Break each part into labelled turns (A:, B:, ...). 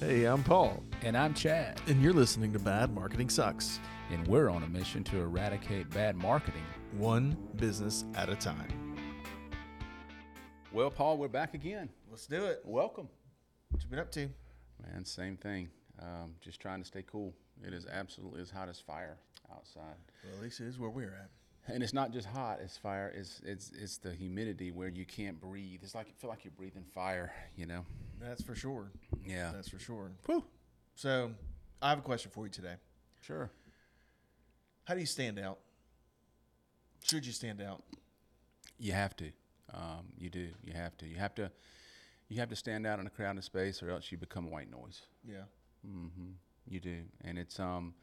A: Hey, I'm Paul,
B: And I'm Chad,
A: and you're listening to Bad Marketing Sucks,
B: and we're on a mission to eradicate bad marketing.
A: one business at a time.
B: Well, Paul, we're back again.
A: Let's do it.
B: Welcome.
A: What you been up to?
B: Man, same thing. Um, just trying to stay cool. It is absolutely as hot as fire outside.
A: Well, at least it is where we're at.
B: And it's not just hot as fire, it's, it's, it's the humidity where you can't breathe. It's like you feel like you're breathing fire, you know?
A: That's for sure.
B: Yeah.
A: That's for sure.
B: Whew.
A: So, I have a question for you today.
B: Sure.
A: How do you stand out? Should you stand out?
B: You have to. Um, you do. You have to. You have to. You have to stand out in a crowded space, or else you become white noise.
A: Yeah.
B: Mm-hmm. You do, and it's um,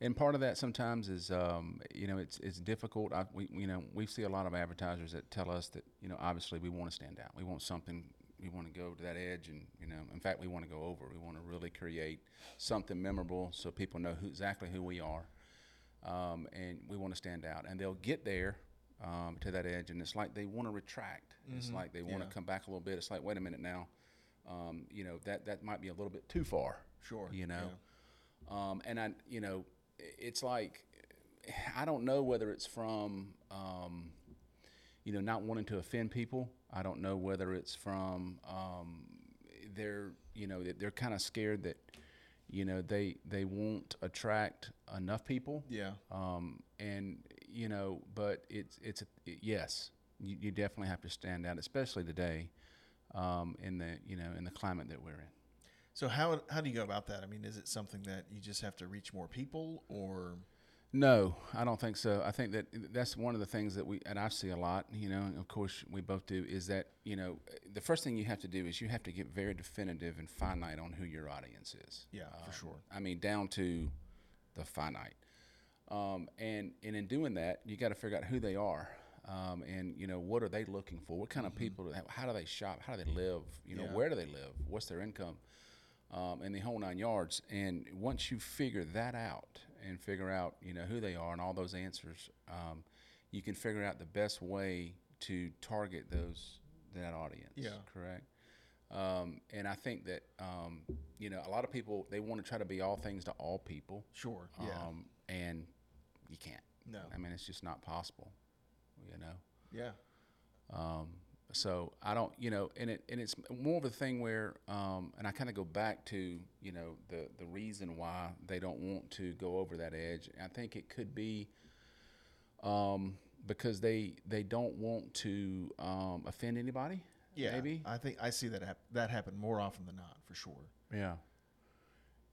B: and part of that sometimes is um, you know, it's it's difficult. I, we you know we see a lot of advertisers that tell us that you know obviously we want to stand out. We want something. We want to go to that edge, and you know, in fact, we want to go over. We want to really create something memorable so people know who, exactly who we are, um, and we want to stand out. And they'll get there um, to that edge, and it's like they want to retract. It's like they want to
A: Mm-hmm. Yeah.
B: come back a little bit. It's like, wait a minute now, um, you know, that that might be a little bit too far
A: Sure.
B: you know um, and i you know i- it's like i don't know whether it's from um, you know not wanting to offend people i don't know whether it's from um, they're you know that they're kind of scared that you know they they won't attract enough people
A: Yeah.
B: um, and you know, but it's it's it, yes, you, you definitely have to stand out, especially today, um, in the you know in the climate that we're in.
A: So how how do you go about that? I mean, is it something that you just have to reach more people, or
B: No, I don't think so. I think that eh, that's one of the things that we and I see a lot, you know, and of course we both do is that, you know, eh, the first thing you have to do is you have to get very definitive and finite on who your audience is.
A: yeah, for sure.
B: I mean, down to the finite. Um, and, and in doing that, you got to figure out who they are. Um, and you know what are they looking for? What kind of people? How do they shop? How do they live? You know
A: Mm-hmm. Yeah.
B: where do they live? What's their income? Um, and the whole nine yards. And once you figure that out and figure out you know who they are and all those answers, um, you can figure out the best way to target those that audience.
A: Yeah.
B: correct. Um, and I think that um, you know a lot of people they want to try to be all things to all people.
A: Sure. Yeah.
B: Um, and you can't.
A: no.
B: I mean, it's just not possible. You know.
A: Yeah.
B: Um, so I don't, you know, and it and it's more of a thing where, um, and I kind of go back to you know the the reason why they don't want to go over that edge. I think it could be um, because they they don't want to um, offend anybody.
A: Yeah.
B: Maybe.
A: I think I see that hap- that happen more often than not, for sure.
B: Yeah.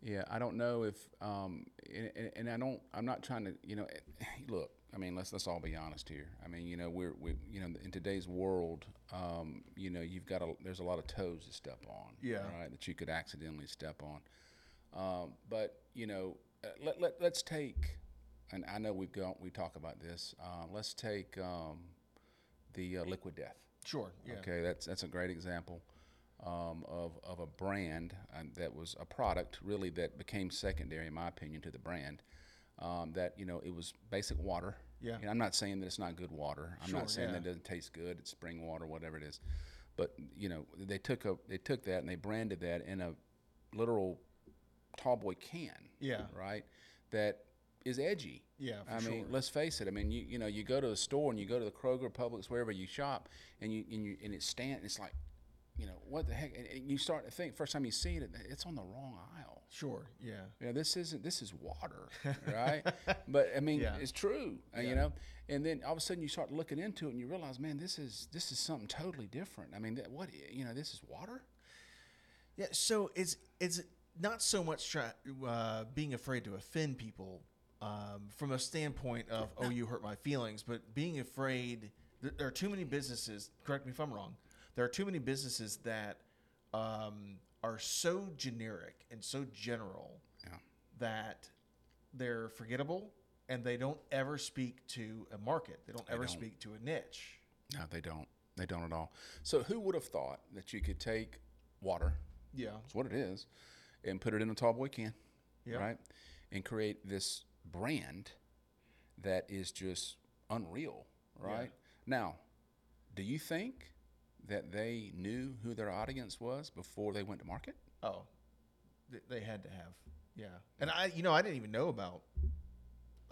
B: Yeah, I don't know if, um, and, and- and I don't, I'm not trying to, you know, look, I mean, let's let's all be honest here. I mean, you know, we're, we, you know, in today's world, um, you know, you've got a, there's a lot of toes to step on,
A: Yeah.
B: right, that you could accidentally step on. Um, but you know, uh, let, let let's take, and I know we've gone, we talk about this. Uh, let's take um, the uh, liquid death.
A: Sure. Yeah.
B: Okay, that's that's a great example um, of of a brand um, that was a product really that became secondary, in my opinion, to the brand. Um, that you know it was basic water.
A: Yeah.
B: And I'm not saying that it's not good water. I'm
A: Sure,
B: not saying
A: yeah.
B: that it doesn't taste good. It's spring water, whatever it is. But you know they took a they took that and they branded that in a literal tall boy can.
A: Yeah.
B: Right. That is edgy.
A: Yeah, for
B: I mean,
A: sure.
B: let's face it. I mean, you you know, you go to the store and you go to the Kroger, Publix, wherever you shop, and you and you and it's stand. It's like, you know, what the heck? And, and you start to think first time you see it, it's on the wrong aisle.
A: Sure. Yeah.
B: You know, this isn't this is water, right? but I mean,
A: Yeah.
B: it's true. uh, You know, and then all of a sudden you start looking into it and you realize, man, this is this is something totally different. I mean, that what i- you know, this is water.
A: Yeah. So it's it's not so much try, uh, being afraid to offend people um, from a standpoint of oh you hurt my feelings, but being afraid th- there are too many businesses. Correct me if I'm wrong. There are too many businesses that um, are so generic and so general
B: Yeah.
A: that they're forgettable and they don't ever speak to a market. They don't ever speak to a niche.
B: No, they don't. They don't at all. So who would have thought that you could take water?
A: Yeah.
B: It's what it is, and put it in a tall boy can,
A: Yeah.
B: right? And create this brand that is just unreal, right? Now, do you think that they knew who their audience was before they went to market?
A: Oh, th- they had to have. Yeah, and I, you know, I didn't even know about.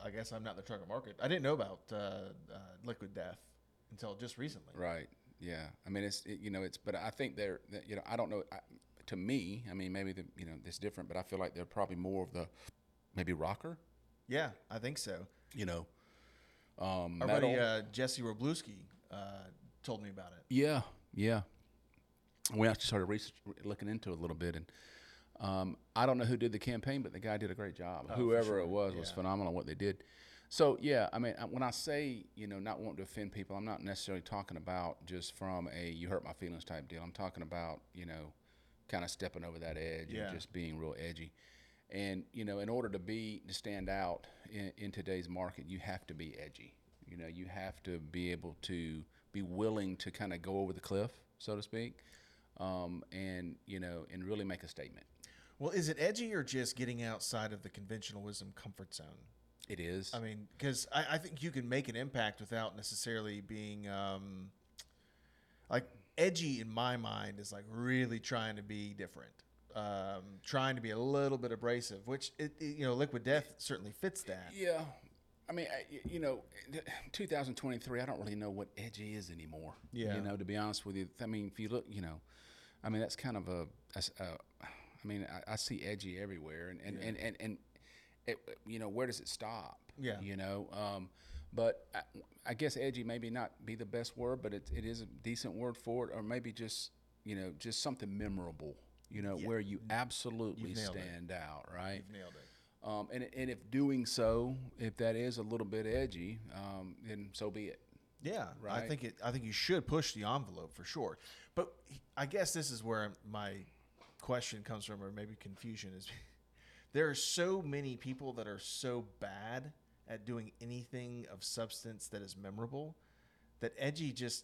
A: I guess I'm not the target market. I didn't know about uh, uh, Liquid Death until just recently.
B: Right. Yeah. I mean, it's it, you know, it's but I think they're that, you know I don't know. I, to me, I mean, maybe the, you know it's different, but I feel like they're probably more of the maybe rocker.
A: Yeah, I think so.
B: You know, um,
A: Our
B: metal.
A: buddy uh, Jesse Robluski uh, told me about it.
B: Yeah, yeah. We actually started research, looking into it a little bit, and um, I don't know who did the campaign, but the guy did a great job. Whoever it was was phenomenal what they did. So yeah, I mean, I- when I say you know not wanting to offend people, I'm not necessarily talking about just from a you hurt my feelings type deal. I'm talking about you know kind of stepping over that edge
A: Yeah.
B: and just being real edgy. And you know, in order to be to stand out in, in today's market, you have to be edgy. You know, you have to be able to be willing to kind of go over the cliff, so to speak, um, and you know, and really make a statement.
A: Well, is it edgy or just getting outside of the conventional wisdom comfort zone?
B: It is.
A: I mean, because I, I think you can make an impact without necessarily being um, like edgy. In my mind, is like really trying to be different, um, trying to be a little bit abrasive. Which it, it- you know, Liquid Death certainly fits that.
B: yeah, I mean, I, y- you know, 2023. I don't really know what edgy is anymore.
A: Yeah.
B: you know, to be honest with you, I mean, if you look, you know, I mean, that's kind of a. a s- a- I mean, I, I see edgy everywhere, and and and and, and it, you know, where does it stop?
A: Yeah.
B: you know, um, but I, I guess edgy maybe not be the best word, but it, it is a decent word for it, or maybe just you know, just something memorable. You know, where you absolutely
A: nailed it.
B: stand out, right?
A: You've nailed it.
B: Um, and, and if doing so, if that is a little bit edgy, um, then so be it.
A: Yeah, I
B: Right.
A: think it. I think you should push the envelope for sure. But I guess this is where my question comes from, or maybe confusion is. there are so many people that are so bad at doing anything of substance that is memorable that edgy just.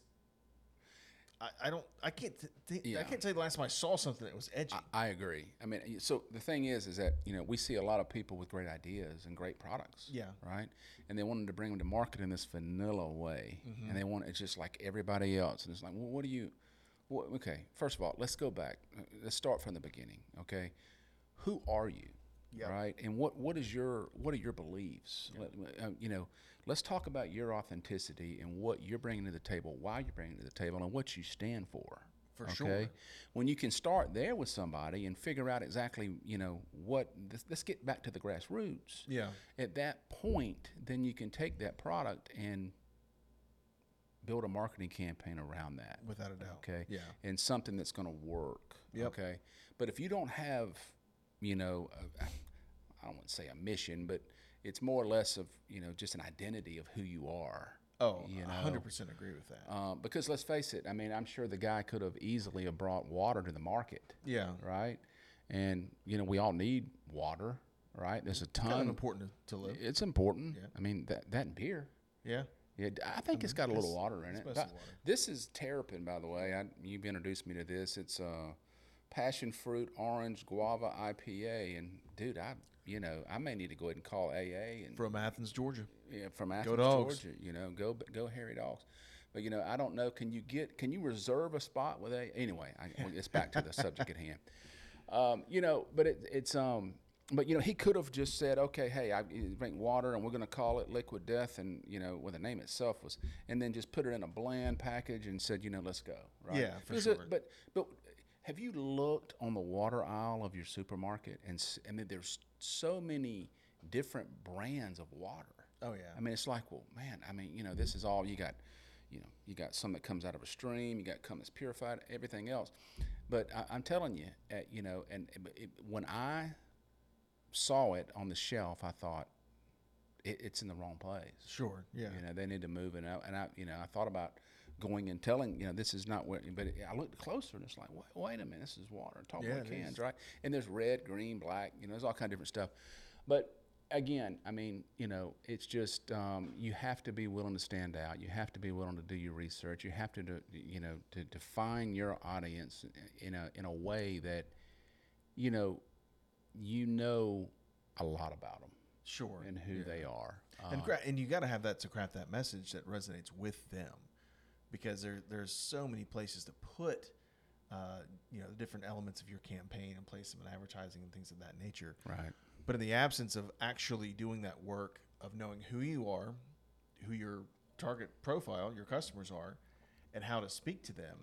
A: I, I don't. I can't. Th- th- I
B: Yeah.
A: can't tell you the last time I saw something that was edgy.
B: I agree. I mean, so the thing is, is that you know we see a lot of people with great ideas and great products.
A: Yeah.
B: Right. And they wanted to bring them to market in this vanilla way,
A: Mm-hmm.
B: and they want it's just like everybody else, and it's like, well, what do you? Well, okay. First of all, let's go back. Let's start from the beginning. Okay. Who are you?
A: Yeah.
B: Right. And what what is your what are your beliefs? Let- um, you know, let's talk about your authenticity and what you're bringing to the table, why you're bringing it to the table, and what you stand for
A: For sure.
B: when you can start there with somebody and figure out exactly you know what let's, let's get back to the grassroots
A: yeah.
B: at that point then you can take that product and build a marketing campaign around that
A: Without a doubt.
B: okay
A: Yeah.
B: and something that's going to work
A: Yep.
B: okay but if you don't have you know a, i don't want to say a mission but it's more or less of you know just an identity of who you are
A: Oh,
B: you know?
A: hundred percent agree with that.
B: um, because let's face it i mean i'm sure the guy could have easily have brought water to the market
A: yeah.
B: right? And you know, we all need water, right? There's a
A: Kind of
B: ton.
A: important to live.
B: It's important.
A: Yeah.
B: I mean, that that and beer.
A: Yeah.
B: Yeah, d- I think it's got a little water in it.
A: mostly
B: But
A: water.
B: This is terrapin, by the way. I, you've introduced me to this. It's uh, passion fruit orange guava IPA, and dude, I you know I may need to go ahead and call AA and
A: From Athens, Georgia.
B: yeah, from Athens,
A: Dogs.
B: Georgia. You know, go go Harry Dogs. But you know, I don't know. Can you get? Can you reserve a spot with a? Anyway, I, well, it's back to the subject at hand. Um, you know, but it, it's um, but you know, he could have just said, okay, hey, I drink water, and we're going to call it Liquid Death, and you know, well, the name itself was, and then just put it in a bland package and said, you know, let's go. Right?
A: Yeah, for
B: Because it-
A: sure.
B: but but have you looked on the water aisle of your supermarket and s- I mean, there's so many different brands of water.
A: Oh yeah.
B: I mean, it's like, well, man, I mean, you know, this is all you got, you know, you got some that comes out of a stream, you got come that's purified, everything else. But I, I'm telling you, uh, you know, and it, it, when I saw it on the shelf, I thought it, it's in the wrong place.
A: Sure. Yeah.
B: You know, they need to move it out. And I, you know, I thought about going and telling, you know, this is not where, but it, I looked closer and it's like, wait, wait a minute, this is water, tall
A: Yeah,
B: boy
A: it
B: cans,
A: is.
B: right? And there's red, green, black, you know, there's all kind of different stuff. But again, I mean, you know, it's just, um, you have to be willing to stand out. You have to be willing to do your research. You have to, do, you know, to define your audience eh, in a, in a way that, you know, you know a lot about them
A: Sure.
B: and who um, they are. Uh,
A: and gra- and you got to have that to craft that message that resonates with them, because there there's so many places to put uh, you know the different elements of your campaign and place them in advertising and things of that nature.
B: Right.
A: But in the absence of actually doing that work of knowing who you are, who your target profile, your customers are, and how to speak to them,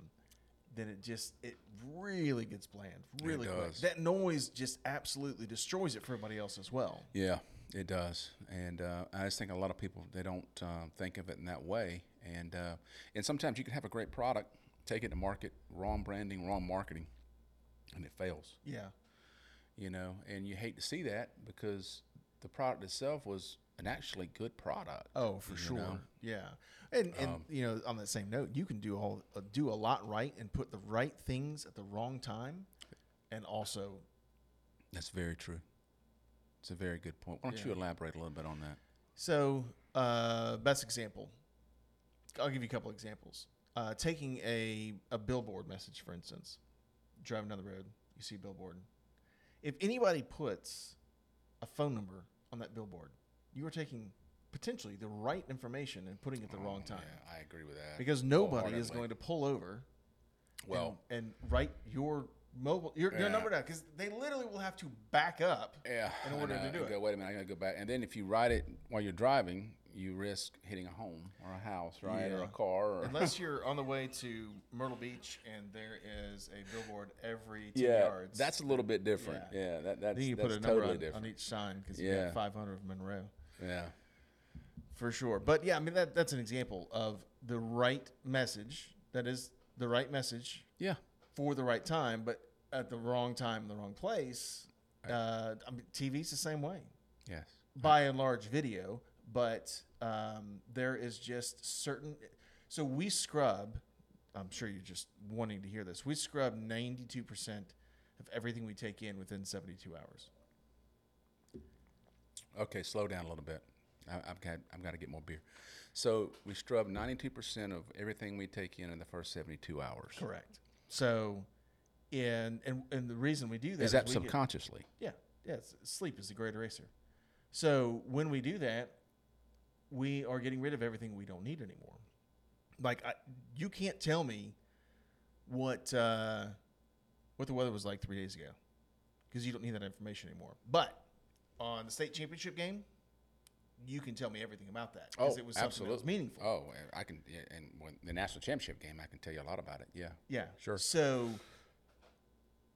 A: then it just it really gets bland. Really quick.
B: does.
A: That noise just absolutely destroys it for everybody else as well.
B: Yeah, it does, and uh, I just think a lot of people they don't um, think of it in that way, and uh, and sometimes you can have a great product, take it to market, wrong branding, wrong marketing, and it fails.
A: Yeah.
B: You know, and you hate to see that because the product itself was an actually good product.
A: Oh, for
B: you
A: sure.
B: know? Um,
A: Yeah, and and you know, on that same note, you can do all uh, do a lot right and put the right things at the wrong time, and also
B: That's very true. It's a very good point. Why don't you elaborate a little bit on that?
A: so uh, best example. I'll give you a couple examples. Uh, taking a a billboard message, for instance, driving down the road, you see a billboard. If anybody puts a phone number on that billboard, you are taking potentially the right information and putting it
B: Oh,
A: the wrong time
B: I agree with that.
A: because nobody is going to pull over
B: Well,
A: and, and write your mobile your, your
B: Yeah.
A: number down because they literally will have to back up.
B: Yeah.
A: in
B: I
A: order to
B: know.
A: do
B: You
A: it.
B: Go, Wait a minute, I gotta go back. And then if you ride it while you're driving, you risk hitting a home or a house, right, or
A: Yeah.
B: a car, or
A: Unless you're on the way to Myrtle Beach and there is a billboard every 10
B: yeah,
A: yards.
B: that's a little bit different.
A: Yeah.
B: Yeah, that that's,
A: then you
B: that's
A: put a number
B: totally
A: on,
B: different.
A: on each sign because you
B: Yeah.
A: got 500 of Monroe
B: yeah,
A: for sure. But yeah, I mean that that's an example of the right message. That is the right message
B: yeah,
A: for the right time, but at the wrong time, the wrong place. Uh, I mean, TV's the same way.
B: yes,
A: by and large video, but um, there is just certain. So we scrub. I'm sure you're just wanting to hear this. We scrub 92% of everything we take in within 72 hours.
B: okay. Slow down a little bit. I, I've got I've got to get more beer. So we scrub 92 percent of everything we take in in the first 72 hours.
A: Correct. So, and and and the reason we do that
B: Is that
A: we get-
B: subconsciously?
A: Yeah, yeah. It's, sleep is the great eraser. So when we do that, we are getting rid of everything we don't need anymore. Like I, you can't tell me what uh, what the weather was like three days ago because you don't need that information anymore. But on the state championship game, you can tell me everything about that because it was something that was meaningful.
B: Oh, and I can. Yeah, and when the national championship game, I can tell you a lot about it. Yeah.
A: Yeah.
B: Sure.
A: So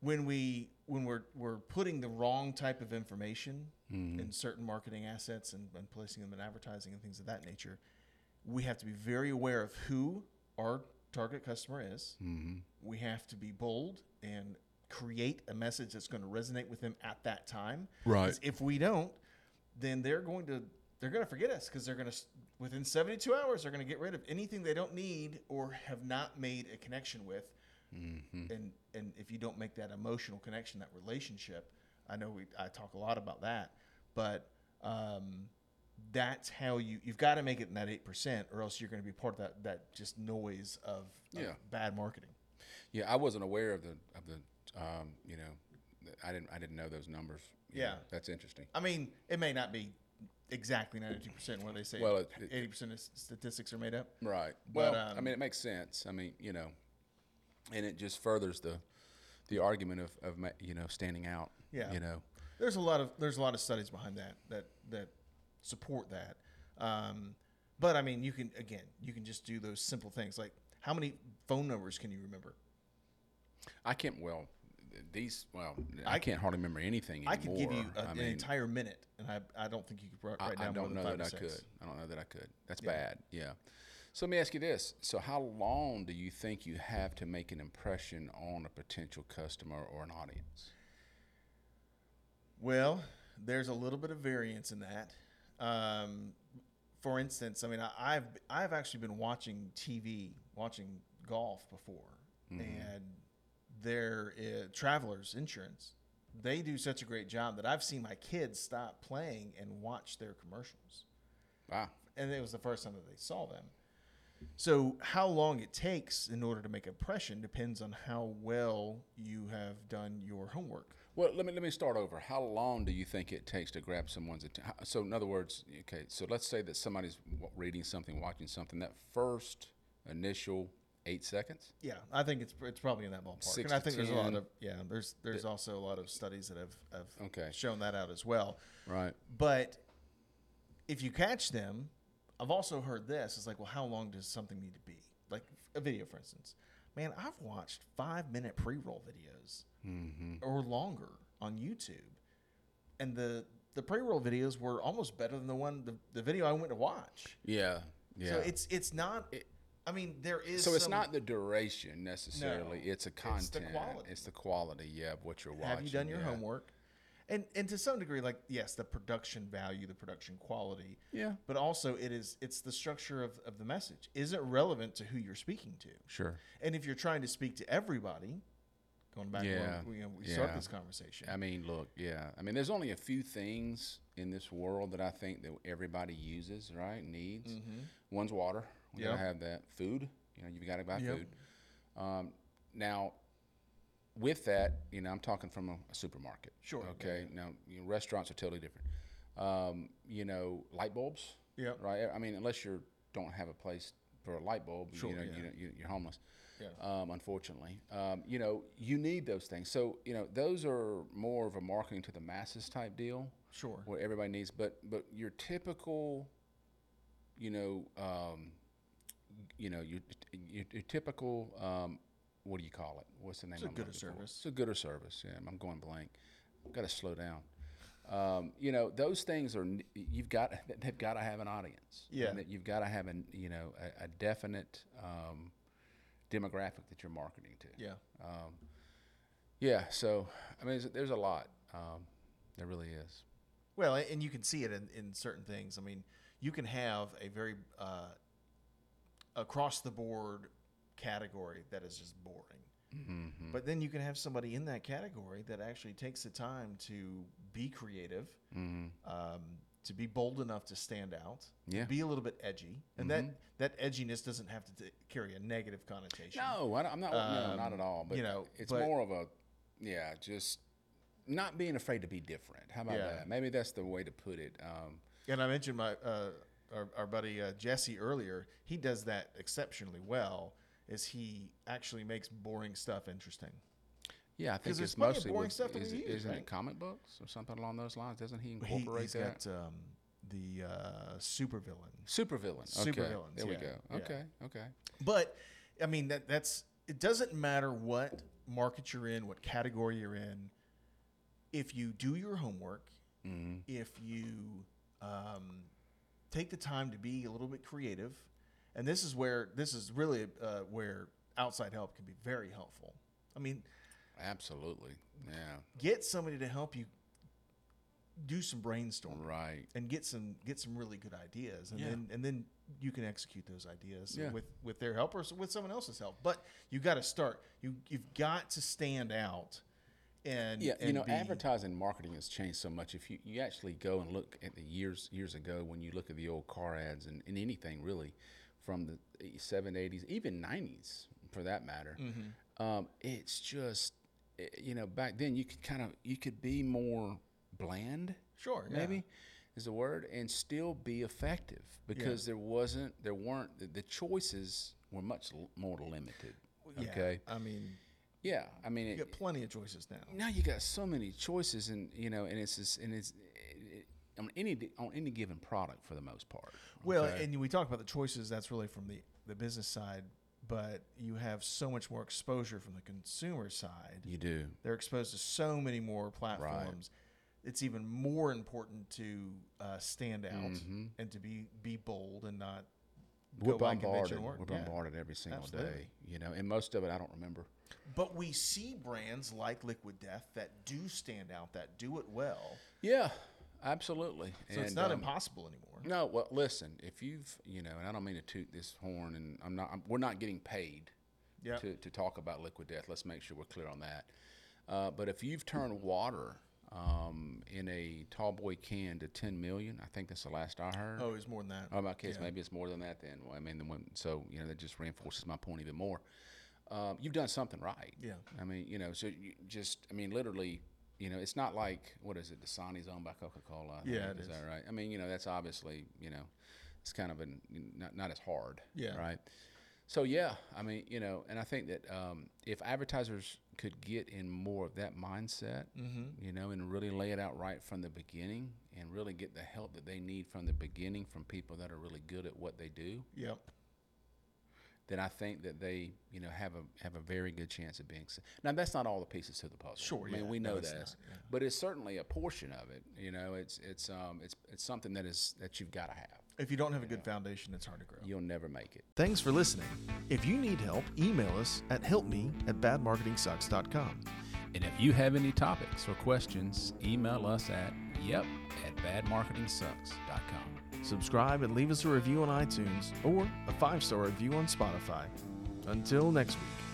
A: when we when we're we're putting the wrong type of information in certain marketing assets and, and placing them in advertising and things of that nature, we have to be very aware of who our target customer is.
B: Mm-hmm.
A: We have to be bold and create a message that's going to resonate with them at that time. 'Cause
B: Right.
A: If we don't, then they're going to they're going to forget us because they're going to within 72 hours they're going to get rid of anything they don't need or have not made a connection with
B: Mm-hmm.
A: and and if you don't make that emotional connection that relationship i know we i talk a lot about that but um that's how you you've got to make it in that 8% or else you're going to be part of that that just noise of, of
B: Yeah.
A: bad marketing
B: Yeah, I wasn't aware of the of the um, you know, th- I didn't I didn't know those numbers. You
A: Yeah.
B: know, that's interesting.
A: i mean it may not be exactly 92% where they say
B: Well, it- it-
A: 80% of statistics are made up
B: Right. Well, I
A: um,
B: mean, it makes sense. I mean, you know, and it just furthers the the argument of of ma- you know standing out.
A: Yeah.
B: You know.
A: There's a lot of there's a lot of studies behind that that that support that. Um, but I mean, you can again, you can just do those simple things like how many phone numbers can you remember?
B: I can't. Well, th- these. Well, I, can't hardly remember anything
A: I
B: anymore.
A: could give you a,
B: I
A: an
B: mean,
A: entire minute, and I, I don't think you could write,
B: I,
A: write
B: I
A: down more
B: don't
A: than
B: know
A: five
B: that I
A: or six.
B: could. I don't know that I could. That's bad. Yeah. So let me ask you this: So how long do you think you have to make an impression on a potential customer or an audience?
A: Well, there's a little bit of variance in that. Um, for instance, I mean, I, I've I've actually been watching TV, watching golf before, and their uh, Travelers Insurance, they do such a great job that I've seen my kids stop playing and watch their commercials
B: Wow.
A: and it was the first time that they saw them. So how long it takes in order to make impression depends on how well you have done your homework.
B: Well, let me let me start over. How long do you think it takes to grab someone's attention? So, in other words, okay. So let's say that somebody's w- reading something, watching something. That first initial eight seconds.
A: Yeah, I think it's it's probably in that ballpark. and
B: Six
A: I
B: to
A: think there's a lot
B: 10.
A: of yeah, there's there's also a lot of studies that have, have
B: Okay.
A: shown that out as well.
B: Right.
A: But if you catch them, I've also heard this. It's like, well, how long does something need to be? Like a video, for instance. Man, I've watched five minute pre roll videos
B: Mm-hmm.
A: or longer on YouTube, and the the pre roll videos were almost better than the one the, the video I went to watch.
B: Yeah. Yeah.
A: So it's it's not. I mean, there is.
B: So it's
A: some-
B: not the duration necessarily.
A: No,
B: it's a
A: it's the
B: content.
A: quality.
B: It's the quality, yeah, of what you're watching.
A: Have you done your
B: yeah.
A: homework? And and to some degree, like yes, the production value, the production quality,
B: Yeah.
A: but also it is it's the structure of, of the message. Is it relevant to who you're speaking to?
B: Sure.
A: And if you're trying to speak to everybody, going back
B: Yeah,
A: to where we, you know, we start
B: yeah.
A: this conversation.
B: I mean, look, yeah. I mean, there's only a few things in this world that I think that everybody uses, right? Needs. One's water. We gotta
A: Mm-hmm. Yep.
B: have that. Food. You know, you've got to buy
A: Yep.
B: food. Um, now, with that, you know, I'm talking from a, a supermarket.
A: Sure, yeah,
B: Okay. Now, you know, restaurants are totally different. Um, you know, light bulbs.
A: Yep.
B: Right. I mean, unless you don't have a place for a light bulb,
A: Sure,
B: you know,
A: yeah.
B: you know, you, you're homeless
A: Yeah.
B: um, unfortunately. Um, you know, you need those things. So, you know, those are more of a marketing to the masses type deal
A: Sure.
B: where everybody needs, but, but your typical, you know, um, you know, your, your, your typical, um, what do you call it? What's the name? It's
A: a good service.
B: It's a good or service. Yeah. I'm going blank. Got to slow down. Um, you know, those things are, n- you've got, they've got to have an audience.
A: Yeah.
B: And that you've got to have an, you know, a, a definite, um, demographic that you're marketing to.
A: Yeah.
B: Um, yeah. So, I mean, there's- there's a lot. Um, there really is.
A: Well, a- and you can see it in, in certain things. I mean, you can have a very uh, across the board category that is just boring. But then you can have somebody in that category that actually takes the time to be creative, um, to be bold enough to stand out, to
B: Yeah.
A: be a little bit edgy, and that that edginess doesn't have to t- carry a negative connotation.
B: No, I am not. no, not at
A: Um,
B: all. But
A: you know,
B: it's
A: but-
B: more of a, yeah, just not being afraid to be different. How about
A: Yeah.
B: that? Maybe that's the way to put it. Um,
A: And I mentioned my uh, our, our buddy uh, Jesse earlier. He does that exceptionally well. Is he actually makes boring stuff interesting?
B: yeah, I think
A: there's
B: it's
A: plenty of
B: mostly
A: boring
B: with,
A: stuff that we
B: is,
A: use,
B: isn't
A: right?
B: it comic books or something along those lines? Doesn't he
A: He,
B: incorporate
A: has
B: that?
A: got um, the uh, supervillain.
B: Supervillain. Okay.
A: Supervillains,
B: There we
A: yeah,
B: go.
A: yeah.
B: Okay. Okay.
A: But I mean that that's it doesn't matter what market you're in, what category you're in. If you do your homework, if you um, take the time to be a little bit creative, and this is where this is really uh, where outside help can be very helpful. I mean,
B: Absolutely. Yeah.
A: get somebody to help you do some brainstorming
B: Right.
A: and get some get some really good ideas and
B: Yeah.
A: then and then you can execute those ideas
B: Yeah.
A: with with their help or s- with someone else's help but you got to start you you've got to stand out and
B: Yeah, you
A: and
B: know,
A: be-
B: advertising and marketing has changed so much. If you, you actually go and look at the years years ago when you look at the old car ads and, and anything really from the 780s, even 90s for that matter,
A: Mm-hmm.
B: um, it's just eh, you know back then you could kind of you could be more bland,
A: sure yeah.
B: maybe is the word, and still be effective because there wasn't there weren't the, the choices were much l- more limited.
A: Yeah,
B: Okay,
A: i mean
B: yeah, I mean it,
A: you got plenty of choices now
B: now you got so many choices and you know and it's just, and it's it, it, on any on any given product for the most part
A: well and we talk about the choices that's really from the the business side but you have so much more exposure from the consumer side
B: you do
A: They're exposed to so many more platforms. It's even more important to uh, stand out and to be be bold and not
B: Mm-hmm.
A: go
B: we're
A: by convention
B: bombarded
A: and work.
B: we're
A: Yeah.
B: bombarded every single
A: Absolutely.
B: day you know and most of it i don't remember
A: But we see brands like Liquid Death that do stand out, that do it well.
B: yeah absolutely
A: So it's not
B: um,
A: impossible anymore.
B: no well listen if you've you know and i don't mean to toot this horn and i'm not I'm, we're not getting paid
A: Yeah.
B: to, to talk about liquid death. Let's make sure we're clear on that. Uh, but if you've turned water um, in a tall boy can to 10 million, I think that's the last I heard.
A: Oh, it's more than that.
B: Oh, my case, maybe it's more than that. Then, well, I mean, the one, so you know that just reinforces my point even more. Um, you've done something right.
A: Yeah.
B: I mean, you know, so you just, I mean, literally, you know, it's not like what is it? Dasani's owned by Coca Cola.
A: Yeah, it
B: is that right? I mean, you know, that's obviously, you know, it's kind of an, not not as hard.
A: Yeah.
B: Right. So yeah, I mean, you know, and I think that um, if advertisers could get in more of that mindset,
A: Mm-hmm.
B: you know, and really lay it out right from the beginning, and really get the help that they need from the beginning from people that are really good at what they do,
C: Yep.
B: then I think that they, you know, have a have a very good chance of being. s- Now that's not all the pieces to the puzzle.
C: Sure,
B: I mean
C: yeah,
B: we
C: no,
B: know
C: it's
B: that, but it's certainly a portion of it. You know, it's it's um it's it's something that is that you've got to have.
C: If you don't have a good foundation, it's hard to grow.
B: You'll never make it.
A: Thanks for listening. If you need help, email us at helpme at badmarketingsucks.com.
B: And if you have any topics or questions, email us at yep at badmarketingsucks.com.
A: Subscribe and leave us a review on iTunes or a five star review on Spotify. Until next week.